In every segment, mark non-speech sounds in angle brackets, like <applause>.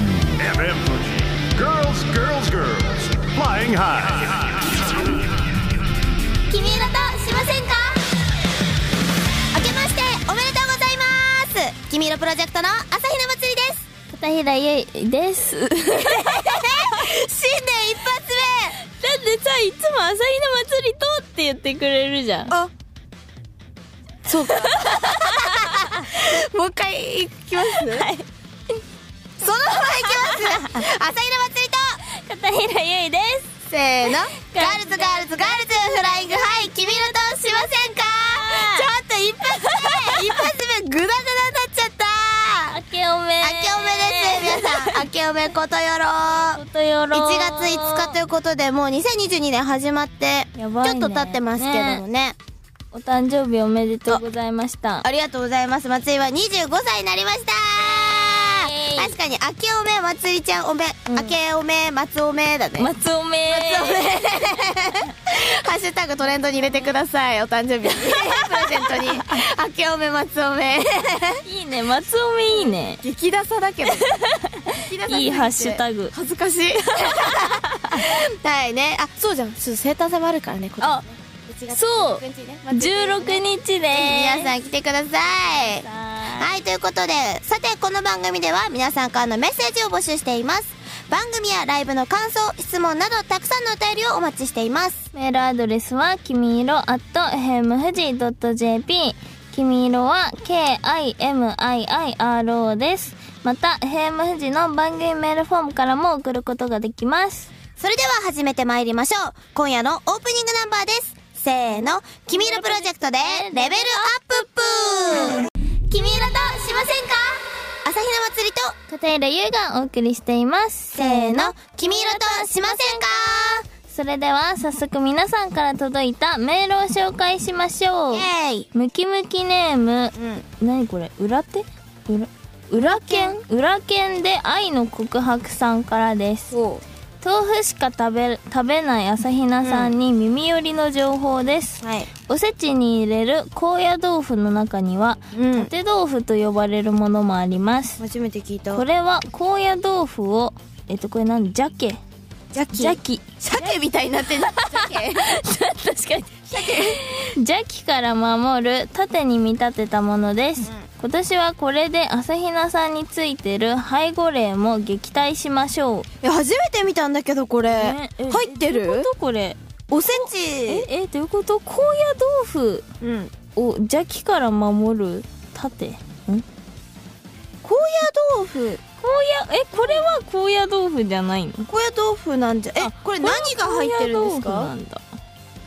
FM Fuji. Girls, girls, girls. Flying high. 君色としませんか明けましておめでとうございます君色プロジェクトの朝日奈祭りです片平ゆいです。なんで新年一発さ、いつも朝日の祭りとって言ってくれるじゃん。あそうか。目もう一回いきますはい。そのままいきます朝日奈祭りと片平ゆいです。せーのガールズガールズガールズフライングハイ君色としませんかちょっと一発目一発目グダグダになっちゃった明けおめ。明けおめです皆さん明けおめことよろことよろ。 1月5日ということでもう2022年始まってちょやばいねっと経ってますけどもねお誕生日おめでとうございました。ありがとうございます松井は25歳になりましたイエーイ確かに明けおめまつりちゃんおめ、うん明けおめ松おめだね、松おめ。松尾め <laughs> ハッシュタグトレンドに入れてくださいお誕生日に <laughs> プレゼントに明けおめ松おめいいね、松おめいいね。激ダサだ <laughs> けど激ダサすぎていいハッシュタグ。恥ずかしいはいねあそうじゃんちょっと生誕祭もあるからね今年あ、 1月そう16日ね16日でぜひ皆さん。ん来てくださいははいということでさてこの番組では皆さんからのメッセージを募集しています番組やライブの感想質問などたくさんのお便りをお待ちしていますメールアドレスは、きみいろ at hemfuji.jp。きみいろは、k-i-m-i-i-r-o です。また、ヘムフジの番組メールフォームからも送ることができます。それでは始めてまいりましょう今夜のオープニングナンバーですせーの「君色プロジェクト」でレベルアップップ君色としませんか朝日奈祭りと片平優がお送りしています。せーの「君色としませんか?」それでは、早速皆さんから届いたメールを紹介しましょうイ。エーイムキムキネーム、うん何これ裏手裏裏剣裏剣で愛の告白さんからですお豆腐しか食べ食べない朝比奈さんに耳寄りの情報です、はいおせちに入れる高野豆腐の中にはうん縦豆腐と呼ばれるものもあります初めて聞いたこれは高野豆腐をえっとこれ何ジャケジャキジャキ鮭みたいになってん <laughs> じゃん鮭 <laughs> 確かに邪気から守る盾に見立てたものです、うん今年はこれで朝比奈さんについてる背後霊も撃退しましょうえ初めて見たんだけどこれ、ねえ入ってどういうることこれおせちええどういうこと高野豆腐うんを邪気から守る盾ん高野豆腐高野えこれは高野豆腐じゃないの高野豆腐なんじゃえあこれ何が入ってるんです高野豆腐なかんだ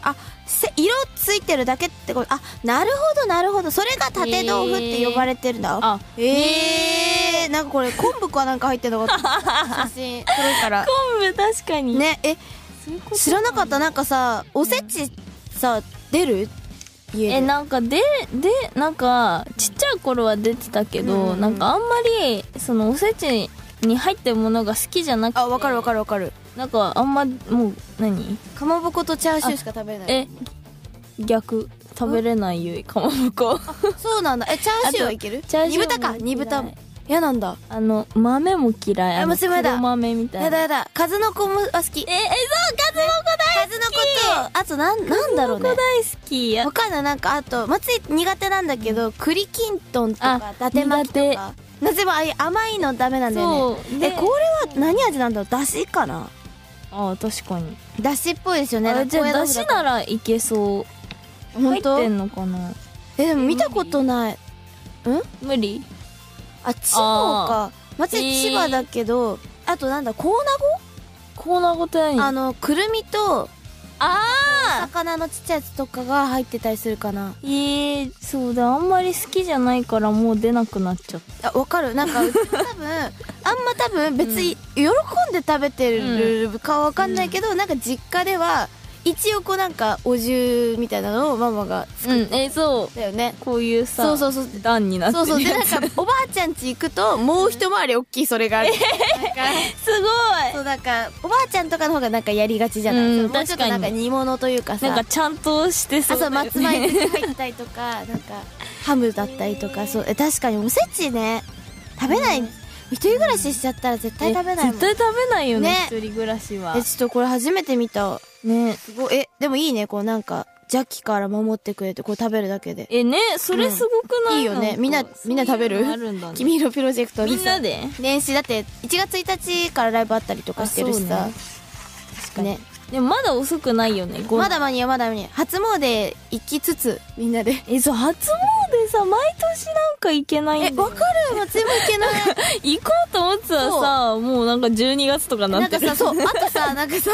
あせ色ついてるだけってことあなるほどなるほどそれが縦豆腐って呼ばれてるんだ、あええー、なんかこれ昆布かなんか入ってるのかと思った写真それから昆布確かに <laughs> ねえそういうこと知らなかったなんかさおせちさ出る家でえなんかででなんかちっちゃい頃は出てたけど、うんうんなんかあんまりそのおせちに入ってるものが好きじゃなくてあわかるわかるわかるなんかあんまもう何かまぼことチャーシューしか食べれないえ逆食べれないゆいかまぼこそうなんだえチャーシューはいけるチャーシ煮ューも豚か嫌い煮豚も嫌なんだあの豆も嫌いあのもうすごいだ黒豆みたやいだなやだ数の子もあ好きええそう数の子大数の子とあとなんなんだろう数のね子大好きや他のなんかあと松井苦手なんだけど栗きんとんとかあ伊達巻きとかなぜもああいう甘いのダメなんだよそうねえでこれは何味なんだろうだしかなあ確かに、だしっぽいですよねあじゃあだしならいけそう入本って当んのかなえでも見たことない無理あ千葉か松井千葉だけどあとなんだコーナコーナーごとにゴあのくるみとあ魚のちっちゃいやつとかが入ってたりするかなえー、そうだあんまり好きじゃないからもう出なくなっちゃっあわかるなんかうちも多分あんま多分別に喜んで食べてるかわかんないけど、なんか実家では一応こうなんかお重みたいなのをママがたうんえーそうだよねこういうさそうそうそう段になってそうそうるでな <laughs> んやつかおばあちゃん家行くともう一回り大きいそれがあるなんかすごそうなんかおばあちゃんとかの方がなんかやりがちじゃない、うんそもうちょっと確かなんにか煮物というかいさなんかちゃんとしてそあうそうだよ松ね <laughs> 前入ったりとかなんかハムだったりとかそうえ確かにおせちね食べない、一人暮らししちゃったら絶対食べないもん絶対食べないよねね一人暮らしはえちょっとこれ初めて見たねすごいえでもいいねこうなんか邪気から守ってくれてこう食べるだけでえねそれすごくない、いいよねみんなかみんな食べそるういうのあるんだね君色プロジェクトみでんなさで年始だって1月1日からライブあったりとかしてるしさあそうね確ねでもまだ遅くないよねごまだ間に合うまだ間に合う初詣行きつつみんなでえそう初詣さ毎年なんか行けないんだえよねわかる松山行 <laughs> けない行こうと思ってたらさもうなんか12月とかななっんてかさる <laughs> そうあと <laughs> さなんかさ東京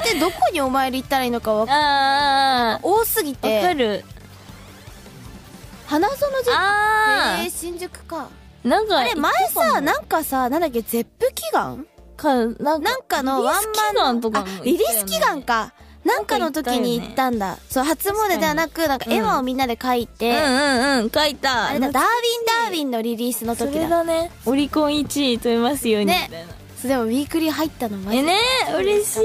ってどこにお参り行ったらいいのかわかあー多すぎあーわかてる、花園神社あえーー新宿かなんかあれ前さなんかさなんだっけ絶不祈願かなんかなんかのワンマンのリリース祈願とかあも行ったよねリリース祈願かなんかの時に行ったんだそう初詣ではなくなんか絵馬をみんなで描いて、うんうんうん書いたあれだダーウィンダーウィンのリリースのそ時れだだねオリコン1位取れますようにみたねいなそうでもウィークリー入ったのマジえでね嬉しい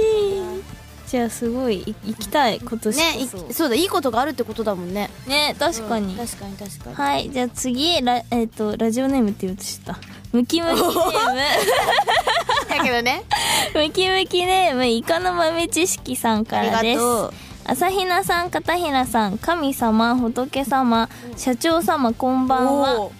じゃあすごいい行きたい今年ねこそいそうだいいことがあるってことだもんねね確かに、うん確かに確かにはいじゃあ次ラ,、えっとラジオネームって言うとしたムキムキネーだけどね <laughs> ムムキムキネームイカの豆知識さんかあらりでがすとう朝比奈さん片平さん神様仏様社長様こんばんはおー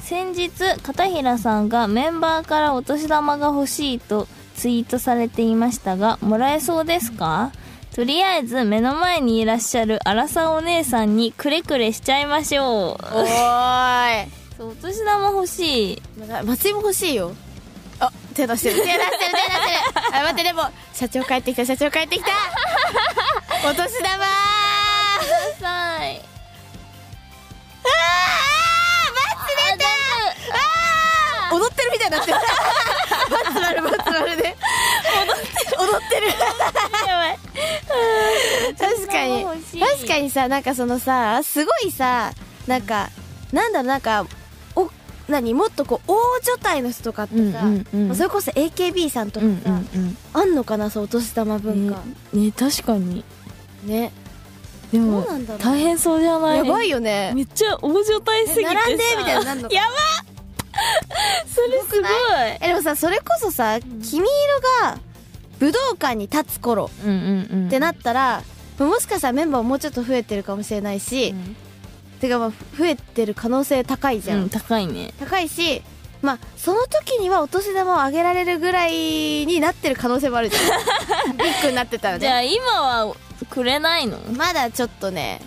先日片平さんがメンバーからお年玉が欲しいとツイートされていましたがもらえそうですかとりあえず目の前にいらっしゃる荒さお姉さんにくれくれしちゃいましょうおーいそうお年玉欲しいま <laughs> 松井も欲しいよあ手出してる手出してる手出してるあ待ってでも社長帰ってきた社長帰 <laughs> ってきたお年玉ーくださいあーバツ出たあー踊ってるみたいになって <laughs> るバツ丸バツ丸で踊ってる踊やばいってる確かにお年玉欲しい確かにさなんかそのさすごいさなんかなんだろうなんかお何もっとこう大所帯の人とかってさ、うんうんうんそれこそ AKB さんとかさ、んあんのかなそうお年玉文化、ね確かにねでどもうなんだろ大変そうじゃうないやばいよねめっちゃ大所帯すぎてさ並んでみたいになんのかやばそれすごいえでもさそれこそさ君色が武道館に立つ頃うんうんうんってなったら、もしかしたらメンバーもうちょっと増えてるかもしれないし、うんてかまあ増えてる可能性高いじゃん、うん高いね高いしまあその時にはお年玉をあげられるぐらいになってる可能性もあるじゃ <laughs> んビッグになってたらじゃねあ今はくれないのまだちょっとね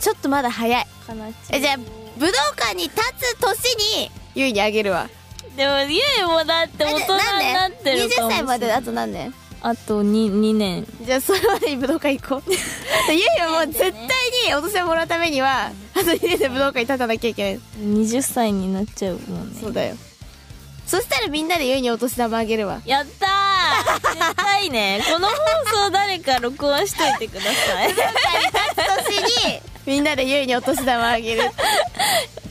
ちょっとまだ早いかなえじゃあ武道館に立つ年にゆいにあげるわでもゆいもだって大人になってるか20もしれ歳なまいであと何年あと 2, 2年じゃあそれまでに武道館行こうゆ <laughs> いはもう絶対にお年をもらうためにはあと2年で武道館に立たなきゃいけない20歳になっちゃうもんねそうだよそしたらみんなでゆいにお年玉あげるわやったー絶対ねこの放送誰か録音しといてください <laughs> 年にみんなでゆいにお年玉あ <laughs> げる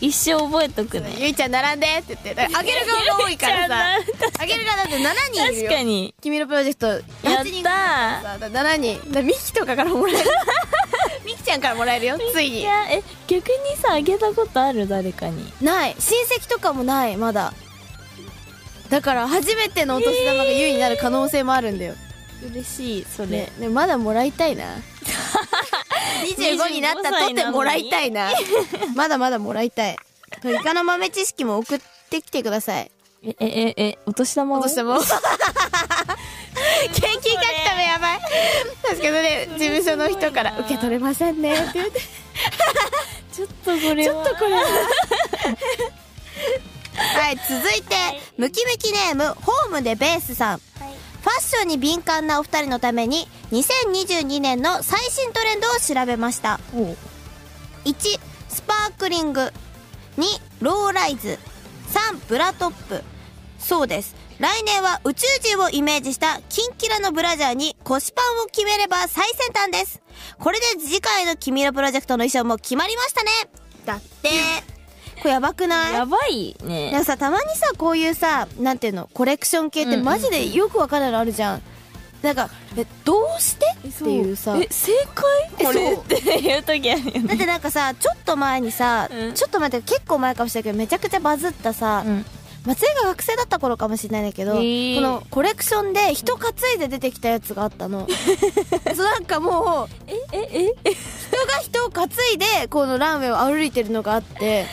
一生覚えとくねゆいちゃん並んでって言ってあげる側が多いからさゆいちゃん並んあげる側だって7人いる確よかに君のプロジェクトや8っ人たーさだ7人だミキとかからもら <laughs> えるミキちゃんからもらえるよついいにやえ逆にさあげたことある誰かにない親戚とかもないまだだから初めてのお年玉がゆいになる可能性もあるんだよ、嬉しいそれ、ねねまだもらいたい <laughs> な25になったとってもらいたいな <laughs> まだまだもらいたいイカの豆知識も送ってきてくださいええええお年玉をお年玉を <laughs> 研究書くためやばい確かにね事務所の人から受け取れませんねって言ってちょっとこれはちょっとこれはい、続いて、ムキムキネーム、ホームでベースさん。ファッションに敏感なお二人のために、2022年の最新トレンドを調べました。お1、スパークリング。2、ローライズ。3、ブラトップ。そうです。来年は宇宙人をイメージしたキンキラのブラジャーに腰パンを決めれば最先端です。これで次回の君のプロジェクトの衣装も決まりましたね。だって。 <laughs> これやばくないやばいなねんかさたまにさこういうさなんていうのコレクション系ってマジでよくわかんないのあるじゃん,、なんかえどうしてっていうさえ正解これっていう時あるよねだってなんかさちょっと前にさ、うんちょっと前って結構前かもしれないけどめちゃくちゃバズったさ、ん松江が学生だった頃かもしれないんだけど、へーこのコレクションで人担いで出てきたやつがあった <laughs> のそうなんかもうええええ人が人を担いでこのランウェイを歩いてるのがあってえ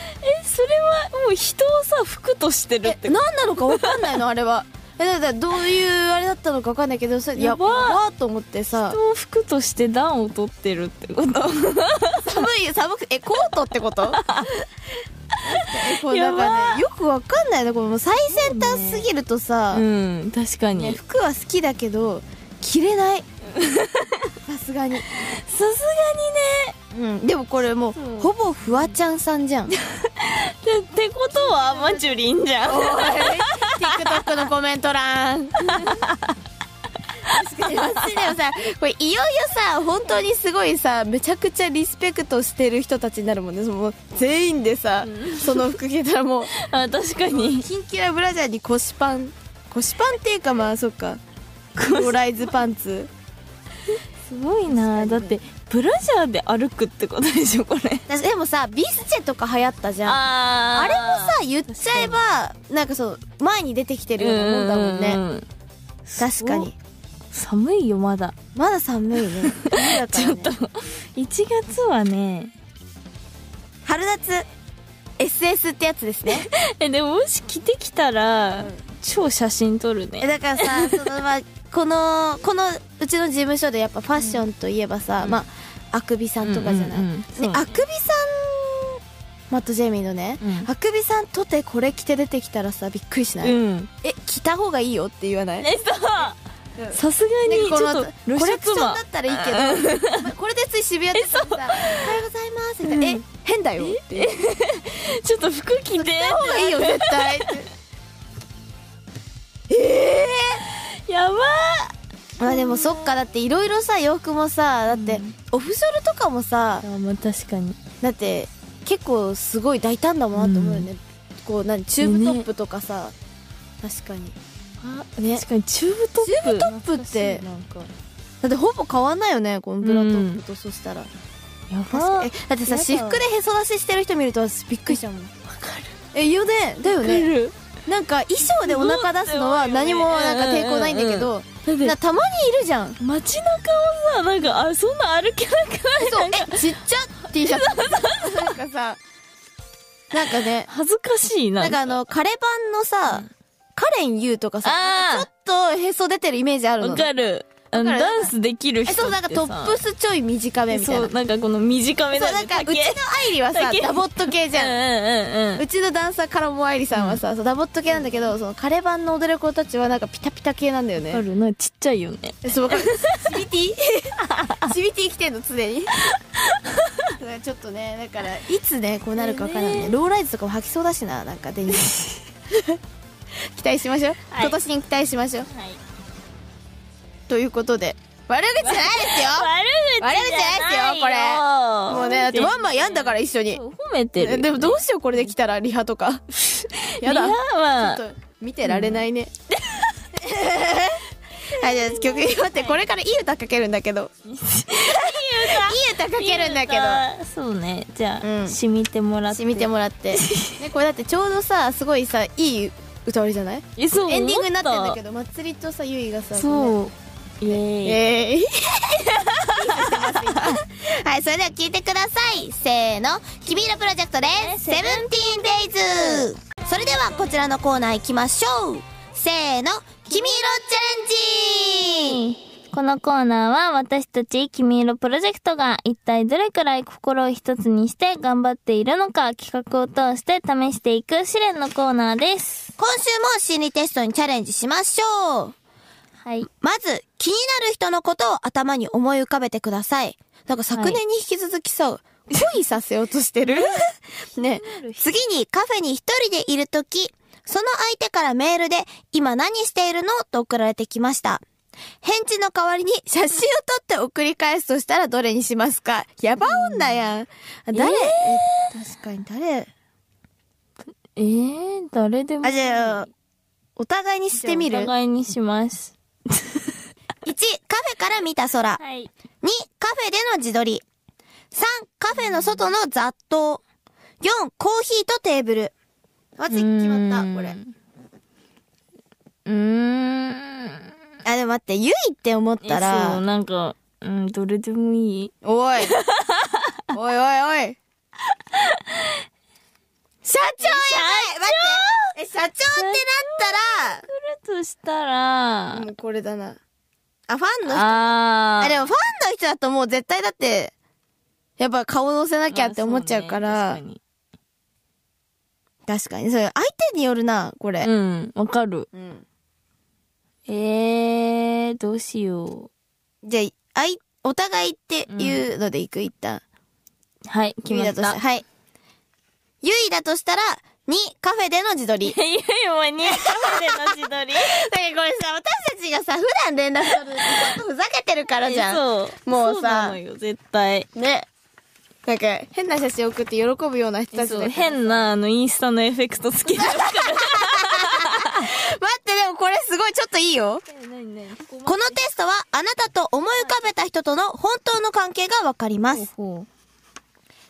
それはもう人をさ服としてるっえて何ことなのか分かんないのあ <laughs> れはえだからどういうあれだったのか分かんないけどそれやばいやばーと思ってさ人を服として暖を取ってるってこと寒い寒くえコートってこと <laughs> えこうなんやかばねよく分かんないのこれもう最先端すぎるとさ、うん確かにね服は好きだけど着れないさすがに、さすがにねうん、でもこれもうそうほぼフワちゃんさんじゃんってってことはマチュリンじゃん TikTok のコメント欄確かに私でもさこれいよいよさ本当にすごいさめちゃくちゃリスペクトしてる人たちになるもんねその全員でさ、その服着たら <laughs> もうあ確かにキンキラブラジャーに腰パン腰パンっていうかまあそっかロライズパンツすごいなだってブラジャーで歩くってことでしょこれ私でもさビスチェとか流行ったじゃんああれもさ言っちゃえばなんかそう前に出てきてるようなもんだもんねね確かに寒いよまだまだ寒 <laughs> いね冬だからちょねっと1月はね春夏 SS ってやつですねえでももし着てきたら、超写真撮る <laughs> えねだから <laughs> さそのまあこのこのうちの事務所でやっぱファッションといえばさ、うんまああくびさんとかじゃない、うんうんうんそうねあくびさんマット・ジェイミーのね、うんあくびさんとてこれ着て出てきたらさびっくりしない、うんえ着た方がいいよって言わないえそううんさすがにちこょっのと露コレクショ出ン魔だったらいいけど、まあこれでつい渋谷とかでさ「<laughs> おはようございます」みたいな「うえ変だよ」って言っちょっと服着てた方がいいよ絶対ってえやばー、まあでもそっかだっていろいろさ洋服もさだってうんオフショルとかもさーあまあ確かにだって結構すごい大胆だもんなと思うよね、こう何チューブトップとかさ、確かにね確かにチューブトップチューブトップって懐かしいなんかだってほぼ変わんないよねこのブラトップと、そしたらや確ばかにえだってさやだ私服でへそ出ししてる人見るとびっくりしちゃうもんわかるえよねだよね来るなんか衣装でお腹出すのは何もなんか抵抗ないんだけどだっなてたまにいるじゃん街中をさなんかあそんな歩けなくないそうなんかえちっちゃ T シャツ <laughs> なんかさなんかね恥ずかしいななんかあのカレ版のさカレン U とかさあーなんかちょっとへそ出てるイメージあるわのかるあのわかるダンスできるえ人ってさそうなんかトップスちょい短めみたいそなうなんかこの短めそうだなんねかうちの丈愛理はさ竹ダボット系じゃんうんうんうんうちのダンサーカラモアイリさんはさ、そうダボット系なんだけど、そのカレ版の踊る子たちはなんかピタピタ系なんだよあね。るなんかちっちゃいよねえそうわかる。シビティ <laughs> シビティ着てんの常に。だからちょっとね、だからいつねこうなるかわからないね、ねローライズとかも履きそうだしな、なんかデニム。 <laughs> 期待しましょう、はい今年に期待しましょう。はいということで悪口じゃないですよ。 <laughs> 悪口じゃないよ悪口じゃないですよこれもうねだってワンマンやんだから一緒にそ。う褒めてるえよでもどうしようこれで来たらリハとか。 <laughs> やだリ。ハはちょっと見てられないね。はい、じゃあ曲待って、これからいい歌かけるんだけど。いい歌かけるんだけど。どそうねじゃあ、うん染みてもらってし見てもら <laughs> って。ね、これだってちょうどさ、すごいさ、いい歌わりじゃないえそうエンディングになってんだけど、ど祭りとさ、ゆいがさ、こそううイエーイね。えー、 <laughs> はい、それでは聞いてください。せーの、君色プロジェクトで、セブンティーンデイズそれではこちらのコーナー行きましょう。せーの、君色チャレンジこのコーナーは私たち君色プロジェクトが一体どれくらい心を一つにして頑張っているのか企画を通して試していく試練のコーナーです。今週も心理テストにチャレンジしましょう。はい。まず、気になる人のことを頭に思い浮かべてください。なんか昨年に引き続きさ、恋させようとしてるね。次にカフェに一人でいるとき、その相手からメールで、今何しているのと送られてきました。返事の代わりに写真を撮って送り返すとしたらどれにしますかやば女やん。誰、え確かに誰えー、誰でもあ、じゃあ、お互いにしてみる。お1、互いにします。 1、カフェから見た空。はい。 2、カフェでの自撮り。3、カフェの外の雑踏。4、コーヒーとテーブル。私決まった、これ。。うーん。あ、でも待って、ゆいって思ったそう、ら、なんか、うん、どれでもいい。 <laughs> おい。おいおいおい。社長やばい待って。え、社長ってなっ来るとしたら、たら、もうこれだな。あ、ファンの人。あー。あ、でもファンの人だともう絶対だって、やっぱ顔乗せなきゃって思っちゃうから、そうね確かに。それ相手によるな、これ確か。にうん、わかる。うん。えー、どうしよじゃあ、あい、お互いっていうのでいく、一旦。う。はい、決君まだっとしたた。ら、はい。ゆいだとしたら、2、カフェでの自撮り。 <laughs> ゆいもに、カフェでの自撮 <laughs> だけり。どこれさ、私たちがさ、普段連絡取るのちょっとふざけてるからじゃん。そう。もうさそなのよ、絶対。ね。なんか、変な写真送って喜ぶような人たちそだう、けど変な、あの、インスタのエフェクトつけてる。 <laughs> 待って、でもこれすごい、ちょっといいよ。何何ここのテストは、あなたと思い浮かべた人との本当の関係がわかります。ほ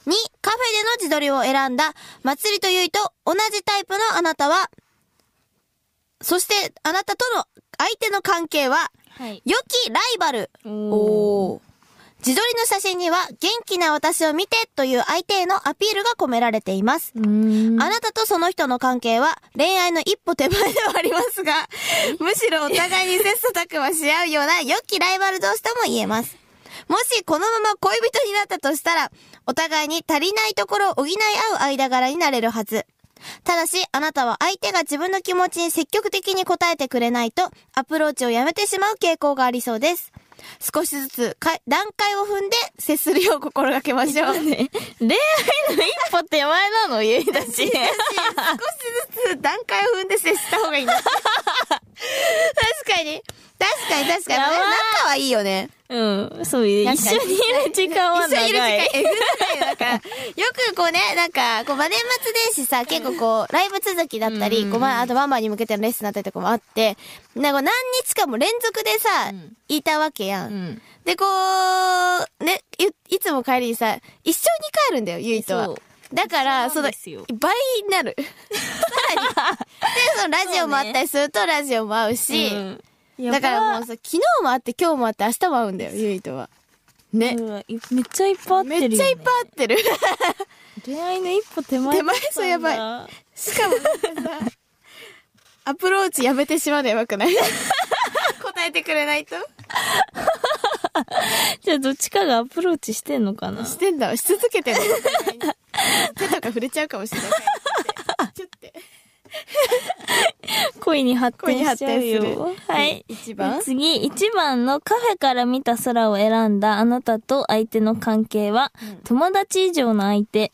2、カフェでの自撮りを選んだ、まつりとゆいと同じタイプのあなたは、そして、あなたとの相手の関係は、はい。良きライバル。おー。ー自撮りの写真には、元気な私を見てという相手へのアピールが込められています。うーん。あなたとその人の関係は恋愛の一歩手前ではありますが、むしろお互いに切磋琢磨し合うような良きライバル同士とも言えます。もしこのまま恋人になったとしたら、お互いに足りないところを補い合う間柄になれるはず。ただし、あなたは相手が自分の気持ちに積極的に応えてくれないと、アプローチをやめてしまう傾向がありそうです。少しずつか段階を踏んで接するよう心がけましょう。恋愛の一歩手前なの、ゆいたち。少しずつ段階を踏んで接した方がいいな。確かに。確かに確かに。やばい仲はいいよね。うん、そういう、確一か緒ににいる時間一は緒長にいる時間い。えぐいよ。なんか、よくこうね、なんか、こう、まあ、年末年始さ、結構こう、ライブ続きだったうり、んこう、まあ、あとママに向けてのレッスンだったりとかもあって、なんかこう何日間も連続でさん、いたわけや。うんん。で、こう、ね、いいつも帰りにさ、一緒に帰るんだよ、ゆいとそはう。だから、そそうのなんですよ、倍に <laughs> なる。さらに。で、そのラジオもあったりすると、ラジオも合うし、うんだからもうさ、昨日もあって、今日もあって、明日も会うんだよ、ゆいとは。ね。うわいめっちゃいっぱい合っめてるよ、ね、っちゃいっぱい会ってる。恋愛の一歩手前手前そうやばいい <laughs> しかもなんかさ、 <laughs> アプローチやめてしまうのやばくない答えてくれないとじゃあどっちかがアプローチしてんのかな <laughs> してんだわし続けてんだわ <laughs> 手とか触れちゃうかもしれ <laughs> ない。ちょっと恋に発展しちゃう恋に発よ展するはい一番次1番のカフェから見た空を選んだあなたと相手の関係は、友達以上の相手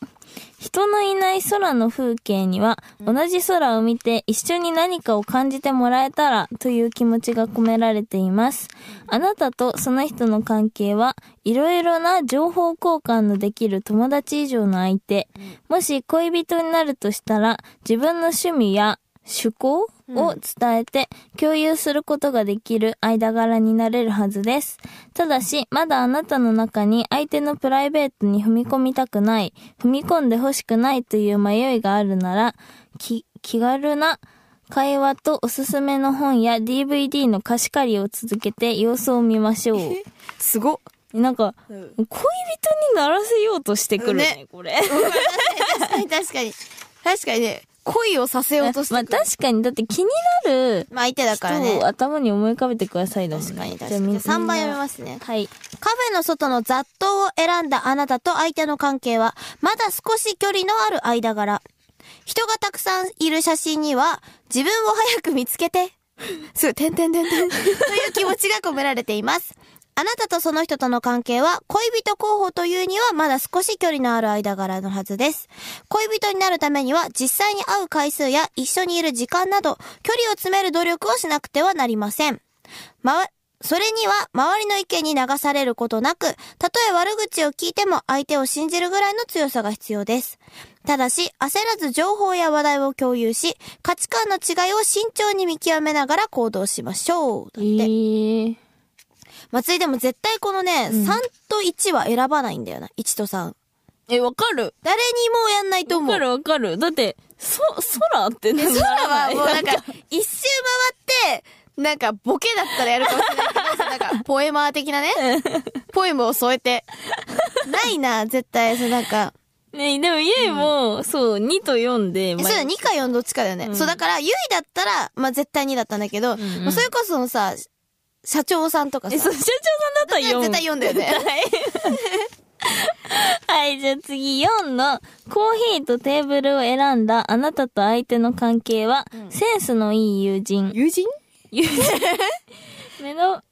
人のいない空の風景には、同じ空を見て一緒に何かを感じてもらえたらという気持ちが込められています。あなたとその人の関係は、いろいろな情報交換のできる友達以上の相手。もし恋人になるとしたら、自分の趣味や趣向を伝えて共有することができる間柄になれるはずです。ただし、まだあなたの中に相手のプライベートに踏み込みたくない、踏み込んでほしくないという迷いがあるなら、き、気軽な会話とおすすめの本や DVD の貸し借りを続けて様子を見ましょう。すごっ。なんか、うん恋人にならせようとしてくるね、ねこれ。 <laughs> <laughs> 確かに確かに。確かにね、恋をさせようとしてまあくる。確かに、だって気になるまあ相手だから人ねを。頭に思い浮かべてくださいだもんね。確かに確じかゃあみに。3番読みますみんねな。はい。カフェの外の雑踏を選んだあなたと相手の関係は、まだ少し距離のある間柄。人がたくさんいる写真には、自分を早く見つけて、 <laughs> すごい、てんてんてんてん、という気持ちが込められています。あなたとその人との関係は、恋人候補というにはまだ少し距離のある間柄のはずです。恋人になるためには、実際に会う回数や一緒にいる時間など、距離を詰める努力をしなくてはなりません。まわ、それには周りの意見に流されることなく、たとえ悪口を聞いても相手を信じるぐらいの強さが必要です。ただし、焦らず情報や話題を共有し、価値観の違いを慎重に見極めながら行動しましょう。だっえて。ー、松井でも絶対このね、3と1は選ばないんだよな。1と3。え、わかる。誰にもやんないとわ思かう。るわかる。だって、そ、空ってね、 <laughs> <laughs> 空はもうなんかな、一周回って、なんかボケだったらやるかもしれないけ <laughs> ど、なんかポエマー的なね、ポエムを添えて。ないな、絶対、そうなんか。ね、でも、ゆいも、そう、2と4で、えまそうだ、2か4どっちかだよね。そう、だから、ゆいだったら、まあ絶対2だったんだけど、んまあそれこそそのさ、社長さんとかさ、え、そう、社長さんだったら4。絶対4だよ <laughs> ね。はい、じゃあ次4の、コーヒーとテーブルを選んだあなたと相手の関係は、センスのいい友人。友人友人目の、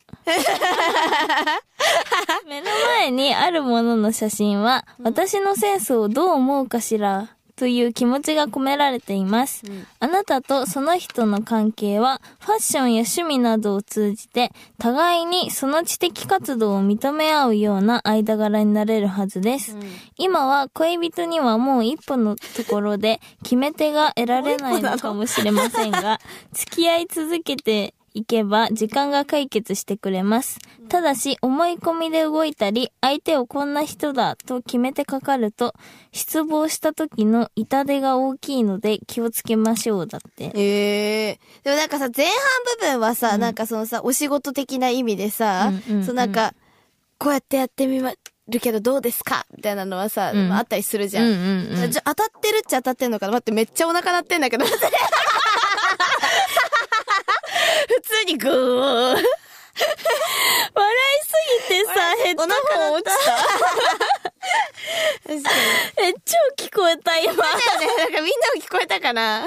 目の前にあるものの写真は、私のセンスをどう思うかしら、という気持ちが込められています。あなたとその人の関係は、ファッションや趣味などを通じて、互いにその知的活動を認め合うような間柄になれるはずです。今は恋人にはもう一歩のところで、決め手が得られないのかもしれませんが、付き合い続けて、行けば時間が解決してくれます。ただし、思い込みで動いたり、相手をこんな人だと決めてかかると、失望した時の痛手が大きいので気をつけましょうだって。ええでもなんかさ、前半部分はさ、なんかそのさ、お仕事的な意味でさ、うんうんそうなんか、こうやってやってみま、るけどどうですかみたいなのはさ、うんあったりするじゃん。うんうんうんじゃあ当たってるっちゃ当たってんのかな待って、めっちゃお腹鳴ってんだけ <laughs> ど。普通にグー。笑いすぎてさ、ヘッドホ <laughs> ン落ちた。 <laughs> 確かに。え、超聞こえた今。だよね。なんかみんなも聞こえたかな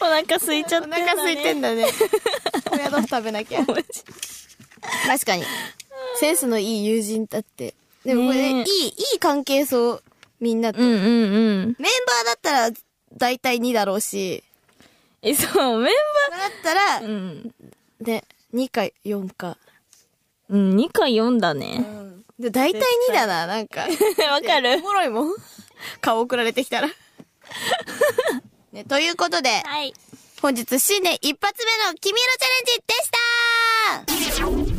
お腹空いちゃっおてんだ、ね。腹空いてん <laughs> だね。親豆腐食べなきゃ。マジ確かに。センスのいい友人だって。でもこれ、ねね、いい、いい関係そう、みんなと。うんうんうん。メンバーだったら、だいたい2だろうし、え、そう、メンだったら、バー、うん。ね、2か4か。うん、2か4だね。で、だいたい2だな、なんか。わかるおもろいもん。顔送られてきた <laughs> ら。ね、ということで、はい。本日新年一発目の君色チャレンジでした君色としませんか朝日奈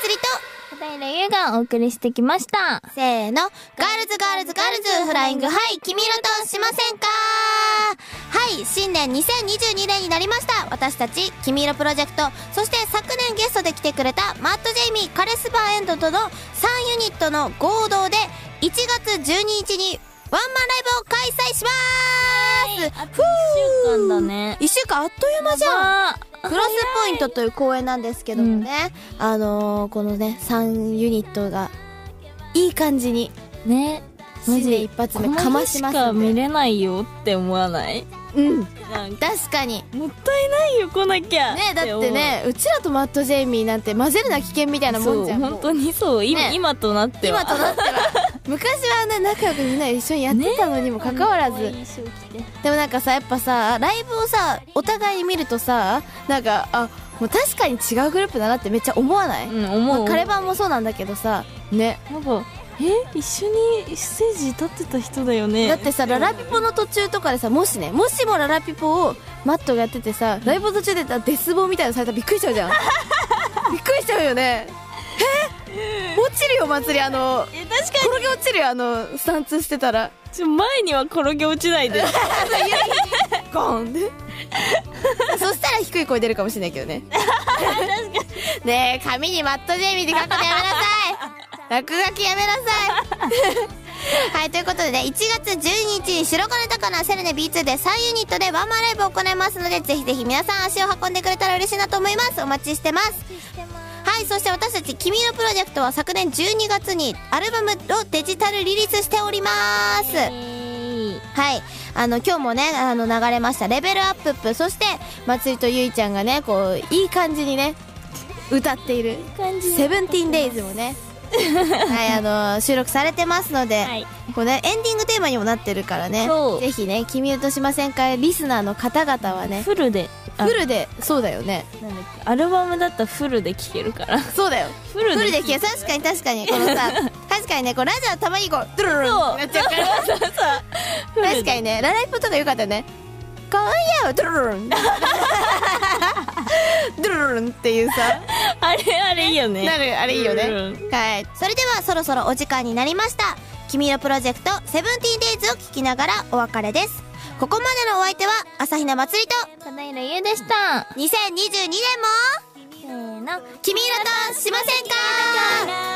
祭りと、片平優がお送りしてきました。せーの。ガールズガールズガールズフライングはい、君色としませんかはい、新年2022年になりました。私たち、君色プロジェクト、そして昨年ゲストで来てくれたマット・ジェイミー、カレスバーエンドとの3ユニットの合同で、1月12日にワンマンライブを開催します、あと1週間だね。一週間あっという間じゃんゃクロスポイントという公演なんですけどもね、あのー、このね、3ユニットが、いい感じに、ね。マ新年ジ一発こ目のかま日ししますかんで見れないよって思わないうん。なんか確かに。ねもったいないよ来なきゃだってね、うちらとマット・ジェイミーなんて混ぜるな危険みたいなそもんうじゃん。本当にそう今,、ね今となっては今となっては。昔はあんな仲良くみんなで一緒にやってたのにもかかわらず、可愛い衣装着てでもなんかさやっぱさライブをさお互いに見るとさなんかあもう確かに違うグループだなってめっちゃ思わない、うん思う、カレバンもそうなんだけどさねなんかえ一緒にステージ立ってた人だよねだってさララピポの途中とかでさもしねもしもララピポをマットがやっててさライブ途中でさデスボみたいなのされたらびっくりしちゃうじ <laughs> ゃんびっくりしちゃうよねえ落ちるよ祭りあのえ確か転げ落ちるよあのスタンツしてたらにちょ前には転げ落ちないでゴーンでそしたら低い声出るかもしれないけ <laughs> どねねえ紙にマット・ジェイミーで書くのやめなさい <laughs> 落書きやめなさいはい、 <laughs> ということでね、1月12日に白金高菜セレネ B2 で3ユニットでワンマンライブを行いますので、ぜひぜひ皆さん足を運んでくれたら嬉しいなと思います。お待ちしてます。はい、そして私たち君のプロジェクトは昨年12月にアルバムをデジタルリリースしております。はい。あの、今日もね、あの、流れました。レベルアップップ。そして、まつりとゆいちゃんがねこういい感じにね歌っている感「セブンティーンデイズも <laughs> ねはいあの収録されてますので、はいこうね、エンディングテーマにもなってるからねそうぜひね「君としませんか」リスナーの方々はね <laughs> フルで <laughs> あフルでそうだよねなんだっけアルバムだったらフルで聴けるからそうだよフルフルでで消え確かに確かにこの <laughs> さ確かにねこうラジオたまにこうドゥルルルンってなっちゃうからそうそうフルで確かにねラライポとかよかったね今夜はドゥルル <laughs> ルンドゥルルルンっていうさあれあれいいよねなるあれいいよねうんはいそれではそろそろお時間になりました。君色プロジェクトセブンティーンデイズを聞きながらお別れです。ここまでのお相手は、朝比奈まつりと、片平優でした2022年も、せーの君色としませんか